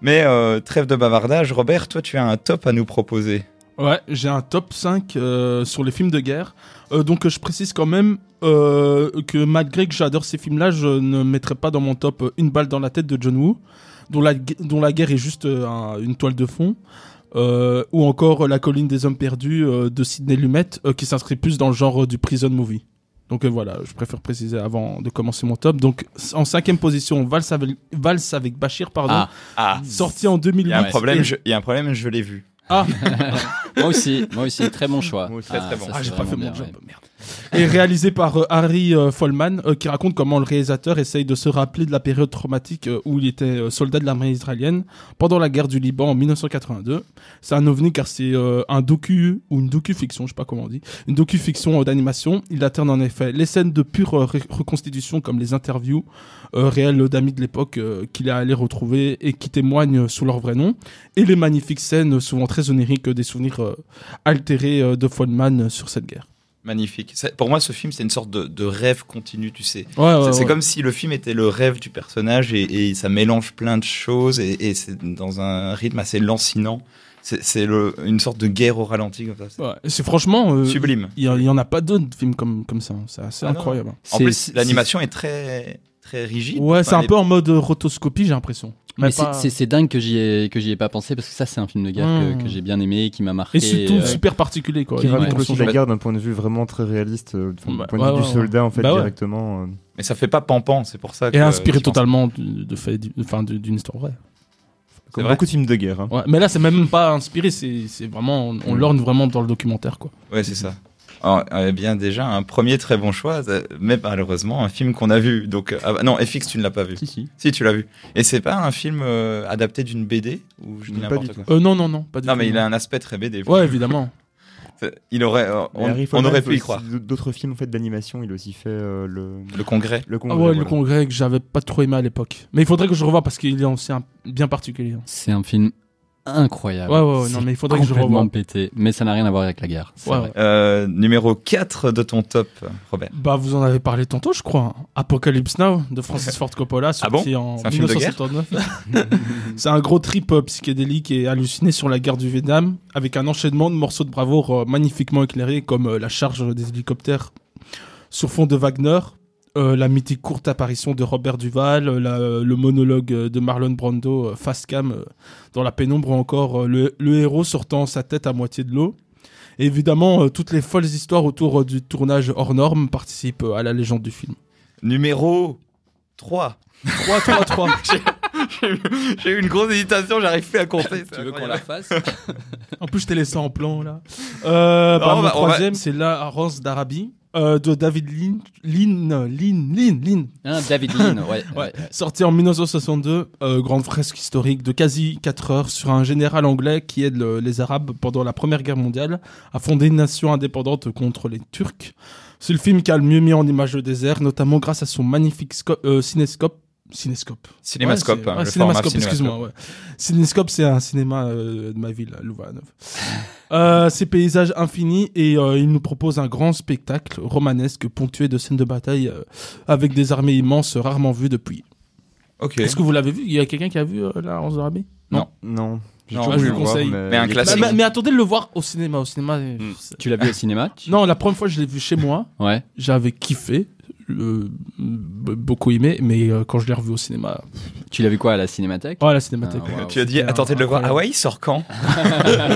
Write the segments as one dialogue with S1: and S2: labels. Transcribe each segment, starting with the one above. S1: Mais euh, trêve de bavardage, Robert, toi tu as un top à nous proposer.
S2: Ouais, j'ai un top 5 euh, sur les films de guerre. Euh, donc euh, je précise quand même euh, que malgré que j'adore ces films-là, je ne mettrai pas dans mon top euh, Une balle dans la tête de John Woo, dont la, gu- dont la guerre est juste euh, un- une toile de fond. Euh, ou encore euh, La colline des hommes perdus euh, de Sidney Lumet, euh, qui s'inscrit plus dans le genre euh, du prison movie. Donc euh, voilà, je préfère préciser avant de commencer mon top. Donc c- en cinquième position, Valse avec, Valse avec Bachir, pardon,
S3: Ah,
S1: Ah,
S2: sorti en
S1: il
S2: 2008.
S1: y a un
S3: Ouais.
S1: problème,
S2: Et-
S1: je- il y a un problème, je l'ai vu.
S2: Ah,
S3: moi aussi, moi aussi, très bon choix.
S1: Moi, très, très bon.
S3: ça,
S2: Ah,
S3: c'est
S2: j'ai pas fait mon
S3: vraiment bien,
S2: job,
S3: ouais.
S2: merde. Et réalisé par euh, Harry euh, Follman, euh, qui raconte comment le réalisateur essaye de se rappeler de la période traumatique euh, où il était euh, soldat de l'armée israélienne pendant la guerre du Liban en 1982. C'est un ovni car c'est euh, un docu ou une docu-fiction, je sais pas comment on dit, une docu-fiction euh, d'animation. Il alterne en effet les scènes de pure euh, ré- reconstitution comme les interviews euh, réelles d'amis de l'époque euh, qu'il est allé retrouver et qui témoignent euh, sous leur vrai nom et les magnifiques scènes euh, souvent très oniriques euh, des souvenirs euh, altéré euh, de Follman euh, sur cette guerre.
S1: Magnifique. Ça- Pour moi, ce film, c'est une sorte de, de rêve continu, tu sais.
S2: Ah Ouais,
S1: C'est- c'est comme si le film était le rêve du personnage et, et ça mélange plein de choses et, et c'est dans un rythme assez lancinant. C'est c'est le- une sorte de guerre au ralenti comme ça. C'est
S2: C'est franchement. euh,
S1: Sublime.
S2: il y, en- il y en a pas d'autres de films comme, comme ça. hein. C'est assez
S1: Ah non.
S2: incroyable. hein.
S1: En
S3: C'est-
S1: plus,
S3: c'est-
S1: l'animation est très très rigide.
S2: Ouais, c'est
S1: Enfin,
S2: un
S1: les-
S2: peu en mode euh, rotoscopie, j'ai l'impression.
S3: Mais
S2: Mais
S3: c'est-
S2: pas-
S3: c'est c'est dingue que j'y ai que j'y ai pas pensé parce que ça c'est un film de guerre que-
S2: Mm.
S3: que, j'ai bien aimé qui m'a marqué.
S2: Et surtout
S3: euh,
S2: super particulier quoi.
S4: Qui
S2: Il
S3: ouais,
S4: raconte
S2: montre
S4: aussi
S2: son-
S4: la
S1: jeu.
S4: guerre d'un point de vue vraiment très réaliste, euh, enfin,
S2: Bah,
S4: du point de
S2: ouais,
S4: vue
S2: ouais,
S4: du
S2: ouais.
S4: soldat en fait
S2: Bah ouais.
S4: directement. euh.
S1: Mais ça fait pas pampan, c'est pour ça. que-
S2: Et inspiré
S1: j'y pense.
S2: totalement de, de fait- de- enfin, de- d'une histoire vraie.
S4: Comme
S1: vrai.
S4: beaucoup de films de guerre. hein.
S2: Ouais, mais là, c'est même pas inspiré, c'est c'est vraiment. On, on
S4: Mm.
S2: l'orne vraiment dans le documentaire quoi.
S1: Ouais, c'est ça. Alors, eh bien, déjà, un premier très bon choix, euh, mais malheureusement, un film qu'on a vu. Donc, euh, ah bah, non, FX, tu ne l'as pas vu.
S3: si, si.
S1: Si, tu l'as vu. Et c'est pas un film euh, adapté d'une BD ou je dis
S4: Pas
S1: n'importe
S4: du
S1: quoi.
S2: Euh, non, non, non, pas du
S1: Non,
S2: tout,
S1: mais il a un aspect très BD.
S2: Ouais, évidemment.
S1: C'est- Il aurait, euh,
S4: Mais
S1: on,
S4: Harry
S1: on
S4: Follman
S1: aurait
S4: fait
S1: pu y
S4: aussi
S1: croire.
S4: d- D'autres films en fait d'animation, il a aussi fait euh, le
S1: Le congrès.
S4: le congrès.
S2: Ah ouais, le
S4: voilà.
S2: congrès que j'avais pas trop aimé à l'époque. Mais il faudrait que je revoie parce qu'il est aussi un- bien particulier. hein.
S3: C'est un film incroyable.
S2: Ah Ouais, ouais, ouais, non,
S3: C'est
S2: mais il faudrait que je
S3: complètement
S2: revoie.
S3: pété, mais ça n'a rien à voir avec la guerre. c'est
S2: Ouais,
S3: vrai.
S2: ouais.
S1: Euh, numéro 4 de ton top, Robert.
S2: Bah, vous en avez parlé tantôt, je crois. Apocalypse Now de Francis Ford Coppola,
S1: Ah bon
S2: sorti en
S1: C'est un film de guerre
S2: 1979. C'est un gros trip euh, psychédélique et halluciné sur la guerre du Vietnam, avec un enchaînement de morceaux de bravoure euh, magnifiquement éclairés, comme euh, la charge des hélicoptères sur fond de Wagner, euh, la mythique courte apparition de Robert Duval, euh, la- euh, le monologue euh, de Marlon Brando, euh, face cam euh, dans la pénombre, ou encore euh, le, le héros sortant sa tête à moitié de l'eau. Et évidemment, euh, toutes les folles histoires autour euh, du tournage hors norme participent euh, à la légende du film.
S1: Numéro 3.
S2: 3, 3, 3.
S1: J'ai eu une grosse hésitation, j'arrive plus à compter.
S3: Tu veux qu'on la fasse
S2: En plus, je t'ai laissé en plan, là. Euh,
S1: Non,
S2: bah,
S1: on
S2: mon
S1: va- on va-
S2: troisième, c'est La Rance d'Arabie. euh, de David Lynch, Lynn, Lynn, Lynn, Lynn,
S3: Hein, David Lean, ouais.
S2: Ouais. Sorti en 1962, euh, grande fresque historique de quasi 4 heures sur un général anglais qui aide le- les Arabes pendant la Première Guerre mondiale à fonder une nation indépendante contre les Turcs. C'est le film qui a le mieux mis en image le désert, notamment grâce à son magnifique sco- euh, cinéscope. Cinéscope.
S1: Cinémascope.
S2: Ouais, c'est-
S1: hein,
S2: ouais,
S1: le
S2: cinémascope,
S1: format
S2: excuse-moi. ouais. Cinémascope, c'est un cinéma euh, de ma ville, à Louvain-la-Neuve. Euh, ces paysages infinis et euh, il nous propose un grand spectacle romanesque ponctué de scènes de bataille euh, avec des armées immenses euh, rarement vues depuis.
S1: Ok.
S2: Est-ce que vous l'avez vu Il y a quelqu'un qui a vu euh, La Rance de Rabie
S4: Non. J'ai
S1: Non,
S4: toujours
S1: je
S4: voulu
S2: vous
S4: le voir,
S2: conseille.
S1: Mais un
S4: il est-
S1: classique.
S2: Bah, bah, Mais attendez de le voir au cinéma. Au cinéma euh,
S1: Mm.
S2: c'est-
S3: Tu l'as vu au cinéma tu-
S2: Non, la première fois je l'ai vu chez moi,
S3: Ouais.
S2: j'avais kiffé, euh, b- beaucoup aimé, mais euh, quand je l'ai revu au cinéma,
S3: Tu l'as vu quoi à la cinémathèque
S2: oh la cinémathèque.
S3: Ah, wow.
S1: Tu as dit,
S2: C'était
S1: attends, de le voir. Ah
S2: incroyable.
S1: ouais, il sort quand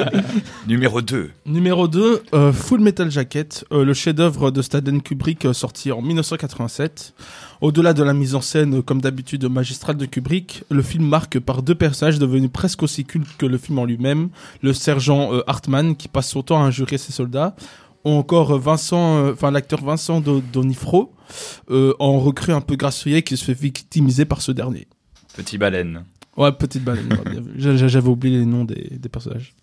S1: Numéro 2.
S2: Numéro 2, euh, Full Metal Jacket, euh, le chef-d'œuvre de Staden Kubrick euh, sorti en 1987. Au-delà de la mise en scène, euh, comme d'habitude, magistrale de Kubrick, le film marque par deux personnages devenus presque aussi cultes que le film en lui-même, le sergent euh, Hartman qui passe son temps à injurer ses soldats, ou encore euh, Vincent, euh, enfin l'acteur Vincent Do- Donifro, euh, en recrue un peu grassouillet qui se fait victimiser par ce dernier.
S1: Petit baleine.
S2: Ouais, petite baleine, ouais, bien vu. J'a- j'a- j'avais oublié les noms des, des personnages.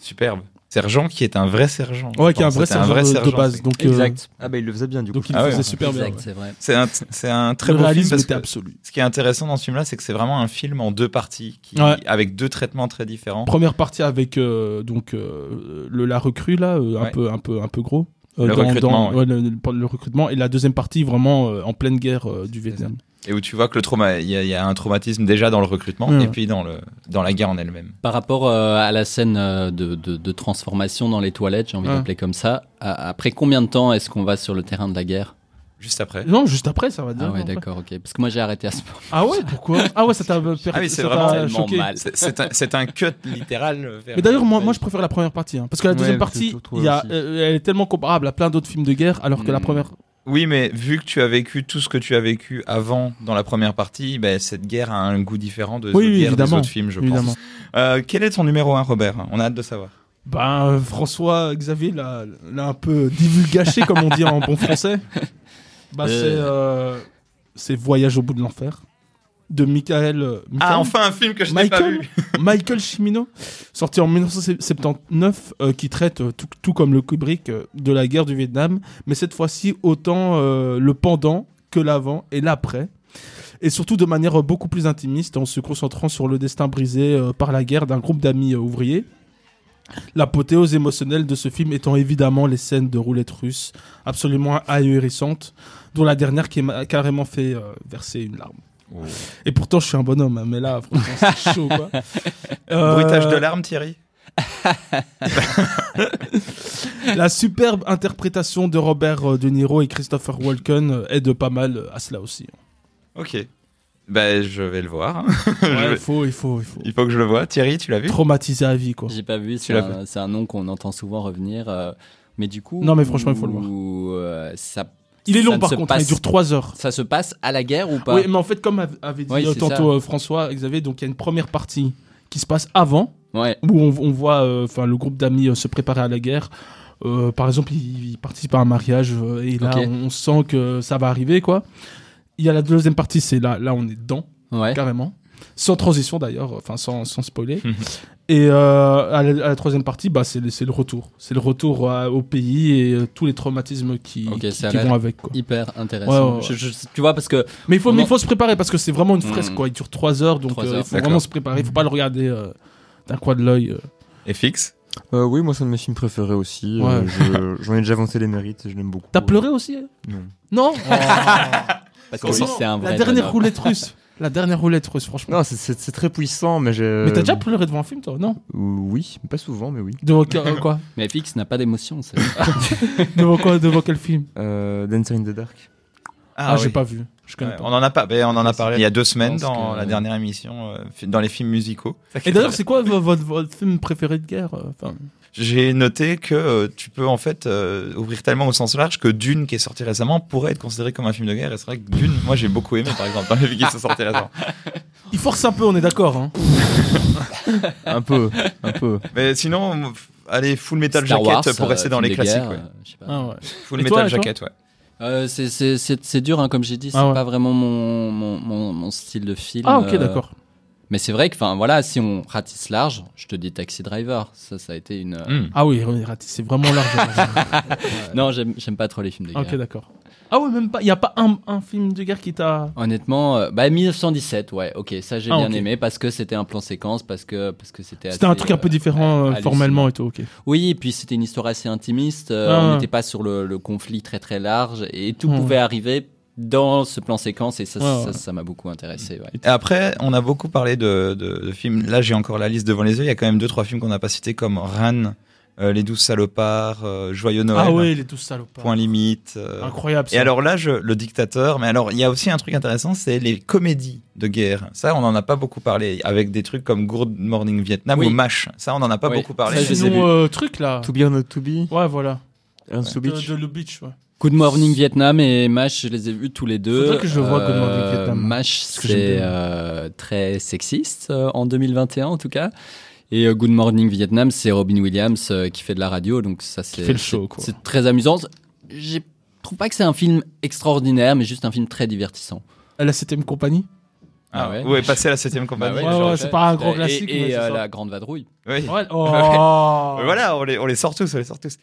S1: Superbe. Sergent qui est un vrai sergent.
S2: Ouais, qui est un
S1: Enfin,
S2: vrai
S1: c'était
S2: sergent, de- de, base. Donc, euh,
S3: Exact.
S4: Ah bah il le faisait bien du coup.
S2: Donc il
S1: Ah ouais,
S2: faisait
S1: ouais.
S2: super bien.
S3: Exact,
S2: ouais.
S3: c'est vrai.
S1: C'est un, c'est un très
S2: le
S1: beau film
S2: réalisme
S1: parce
S2: était
S1: que
S2: absolu.
S1: ce qui est intéressant dans ce film-là, c'est que c'est vraiment un film en deux parties, qui,
S2: Ouais.
S1: avec deux traitements très différents.
S2: Première partie avec euh, donc euh, le la recrue là, euh, un
S1: Ouais.
S2: peu un peu un peu gros. Euh,
S1: Le recrutement, ouais.
S2: ouais, le, le- le recrutement et la deuxième partie vraiment euh, en pleine guerre euh, du Vietnam.
S1: et où tu vois que le trauma, il y, a- il y a un traumatisme déjà dans le recrutement
S2: Ouais, ouais.
S1: et puis dans le dans la guerre en elle-même.
S3: Par rapport euh, à la scène euh, de, de- de transformation dans les toilettes, j'ai envie
S2: Ouais.
S3: d'appeler comme ça, à- après combien de temps est-ce qu'on va sur le terrain de la guerre
S2: Ah,
S1: Juste après.
S2: Non, juste après, ça va dire.
S3: Ah ouais, d'accord, ok. Parce que moi j'ai arrêté à ce moment.
S2: Ah ouais, pourquoi Ah ouais, ça t'a
S1: Ah oui, c'est
S2: ça
S1: vraiment
S2: t'a
S1: tellement
S2: choqué.
S3: mal.
S1: C'est- C'est un, c'est un cut littéral. euh, vers-
S2: Mais d'ailleurs, moi, moi, je préfère la première partie, hein, parce que la
S4: Ouais,
S2: deuxième
S4: je
S2: partie,
S4: trouve
S2: il y a,
S4: aussi.
S2: euh, elle est tellement comparable à plein d'autres films de guerre, alors que la
S3: Mm.
S2: première.
S1: Oui, mais vu que tu as vécu tout ce que tu as vécu avant dans la première partie, ben, cette guerre a un goût différent de
S2: Oui,
S1: la
S2: oui,
S1: guerre des
S2: évidemment,
S1: autres films, je
S2: Évidemment.
S1: pense. Euh, quel est ton numéro 1, Robert On a hâte de savoir.
S2: Ben, euh, François Xavier l'a l'a un peu divulgaché, comme on dit en bon français. Bah,
S3: Euh.
S2: c'est. euh, c'est Voyage au bout de l'enfer, de Michael. euh, Michael-
S1: Ah, enfin un film que je n'ai pas
S2: Michael,
S1: vu.
S2: Michael Cimino, sorti en 1979, euh, qui traite, euh, tout, tout comme le Kubrick, euh, de la guerre du Vietnam, mais cette fois-ci autant euh, le pendant que l'avant et l'après. Et surtout de manière euh, beaucoup plus intimiste, en se concentrant sur le destin brisé euh, par la guerre d'un groupe d'amis euh, ouvriers. L'apothéose émotionnelle de ce film étant évidemment les scènes de roulette russe, absolument ahurissantes, dont la dernière qui m'a carrément fait euh, verser une larme.
S1: Oh.
S2: Et pourtant, je suis un bonhomme, hein, mais là, franchement, c'est chaud, quoi. Euh,
S1: Bruitage de larmes, Thierry
S2: La superbe interprétation de Robert euh, De Niro et Christopher Walken euh, aide pas mal euh, à cela aussi.
S1: Ok. Ben, je vais le voir. hein. Je
S2: Ouais,
S1: vais-
S2: il faut, il faut, il faut.
S1: Il faut que je le vois. Thierry, tu l'as vu
S2: Traumatisé à vie, quoi.
S3: J'ai pas vu, c'est
S1: l'as
S3: un, c'est un nom qu'on entend souvent revenir. euh, mais du coup.
S2: Non, mais franchement, il faut le voir.
S3: où, euh, ça,
S2: Il est
S3: ça
S2: long,
S3: ne
S2: par
S3: se
S2: contre, hein,
S3: passe-
S2: il dure 3 heures.
S3: Ça se passe à la guerre ou pas
S2: Oui, mais en fait, comme av- avait dit
S3: Oui,
S2: euh,
S3: c'est
S2: tantôt euh, François, Xavier, donc il y a une première partie qui se passe avant,
S3: Ouais.
S2: où on, on voit euh, enfin le groupe d'amis euh, se préparer à la guerre. Euh, par exemple, il, il participe à un mariage euh, et là,
S3: Ok.
S2: on sent que ça va arriver, quoi. Il y a la deuxième partie, c'est là, là, on est dedans,
S3: Ouais. Mhm.
S2: carrément. Sans transition d'ailleurs, enfin sans, sans spoiler. et euh, à, la, à la troisième partie, bah, c'est le c'est le retour. C'est le retour euh, au pays et euh, tous les traumatismes qui,
S3: Ok,
S2: qui-
S3: ça a
S2: qui
S3: l'air
S2: vont avec. Quoi.
S3: Hyper intéressant.
S2: Ouais, ouais, ouais.
S3: Je- je- tu vois, parce que
S2: Mais il faut, mais
S3: Non.
S2: il faut se préparer parce que c'est vraiment une fresque.
S3: Mm.
S2: Quoi. Il dure trois heures, donc
S3: Trois
S2: euh,
S3: heures.
S2: il faut
S1: D'accord.
S2: vraiment se préparer. Il faut pas le regarder euh, d'un coin de l'œil. euh.
S1: Et fixe
S4: Euh, oui, moi, c'est un de mes films préférés aussi. euh,
S2: Ouais.
S4: je- J'en ai déjà avancé les mérites, et je l'aime beaucoup.
S2: T'as pleuré aussi hein Non
S4: Non.
S3: Parce que
S2: Comment
S3: si c'est un vrai
S2: La dernière
S3: bonhomme.
S2: roulette russe. La dernière roulette russe, franchement.
S4: Non, c'est- c'est c'est très puissant, mais j'ai. euh,
S2: Mais
S3: euh,
S2: t'as déjà pleuré devant un film, toi Non
S4: Oui, pas souvent, mais oui.
S2: Devant que- euh, quoi
S3: Mais FX n'a pas d'émotion. c'est-
S2: Devant quoi Devant quel film
S4: Euh, Dancer in the Dark.
S2: Ah, j'ai
S1: oui.
S2: pas vu. Je connais
S1: Ouais,
S2: pas.
S1: on en a pas, ben, on en a parlé il y a deux semaines
S3: pense
S1: dans
S3: que-
S1: la dernière émission, euh, fi- dans les films musicaux.
S2: Et d'ailleurs, c'est quoi vo- votre, votre film préféré de guerre euh, enfin,
S1: J'ai noté que euh, tu peux en fait euh, ouvrir tellement au sens large que Dune qui est sorti récemment pourrait être considéré comme un film de guerre. Et c'est vrai que Dune, moi j'ai beaucoup aimé par exemple dans les films qui sont sortis récemment.
S2: Il force un peu, on est d'accord. Hein. Ah.
S4: Un peu, un peu.
S1: Mais sinon, f- allez Full Metal
S3: Star
S1: Jacket
S3: Wars,
S1: pour
S3: euh,
S1: rester dans les
S3: film de
S1: classiques.
S3: guerre,
S1: ouais.
S3: euh, je sais pas.
S2: Ah ouais.
S1: Full
S2: Et
S1: Metal
S2: toi, et toi
S1: Jacket, ouais.
S3: Euh, c'est- c'est- c'est c'est dur, hein, comme j'ai dit, c'est
S2: Ah ouais.
S3: pas vraiment mon, mon, mon, mon style de film.
S2: Ah, ok,
S3: euh,
S2: d'accord.
S3: Mais c'est vrai que, enfin, voilà, si on ratisse large, je te dis Taxi Driver. Ça, ça a été une. euh,
S1: Hmm.
S2: Ah oui, René Ratis, c'est vraiment large. hein.
S3: Non, j'aime j'aime pas trop les films de guerre.
S2: ok, d'accord. Ah ouais, même pas. Il n'y a pas un, un film de guerre qui t'a.
S3: Honnêtement, euh, bah 1917, ouais, ok, ça j'ai
S2: Ah,
S3: bien
S2: ok.
S3: aimé parce que c'était un plan séquence, parce que parce que c'était.
S2: C'était un
S3: assez,
S2: truc un peu
S3: euh,
S2: différent euh,
S3: hallucinant.
S2: formellement et tout, ok.
S3: Oui, et puis c'était une histoire assez intimiste. euh,
S2: Ah, ouais.
S3: On n'était pas sur le, le conflit très très large et tout
S2: Ouais.
S3: pouvait arriver dans ce plan séquence et ça
S2: Ouais, ouais.
S3: ça- ça m'a beaucoup intéressé. Ouais.
S1: Et après, on a beaucoup parlé de, de- de films. Là, j'ai encore la liste devant les yeux. Il y a quand même deux, trois films qu'on n'a pas cités comme Ran, euh, Les Douze Salopards, euh, Joyeux Noël,
S2: Ah ouais, il est tous salopards.
S1: Point Limite. euh,
S2: Incroyable.
S1: Et
S2: ça.
S1: alors là, je, le dictateur, mais alors il y a aussi un truc intéressant, c'est les comédies de guerre. Ça, on n'en a pas beaucoup parlé, avec des trucs comme Good Morning Vietnam
S3: Oui.
S1: ou MASH. Ça, on n'en a pas
S3: Oui.
S1: beaucoup parlé.
S3: Ça, je les ai
S2: Sinon, euh, truc là.
S4: To be or not to be.
S2: Ouais, voilà.
S4: Ernst
S2: De,
S4: Lubitsch.
S2: de le beach, ouais.
S3: Good Morning Vietnam et Mash, je les ai vus tous les deux. Euh,
S2: Faudrait que je vois Good Morning Vietnam.
S3: Mash,
S2: que j'aime
S3: c'est
S2: bien.
S3: euh, très sexiste euh, en 2021 en tout cas. Et euh, Good Morning Vietnam, c'est Robin Williams euh, qui fait de la radio, donc ça c'est
S2: fait le show, quoi.
S3: c'est- c'est très amusant. Je trouve pas que c'est un film extraordinaire, mais juste un film très divertissant.
S2: La 7 compagnie
S1: Ah,
S3: Ah
S1: ouais.
S3: ouais.
S1: passer à la septième compagnie.
S2: Bah ouais, ouais, c'est pas un grand classique,
S3: Et,
S2: mais c'est
S3: euh,
S2: ça.
S3: la Grande Vadrouille.
S1: Oui.
S2: Ah Ouais. Oh
S1: Voilà, on les, on les sort tous, on les sort tous.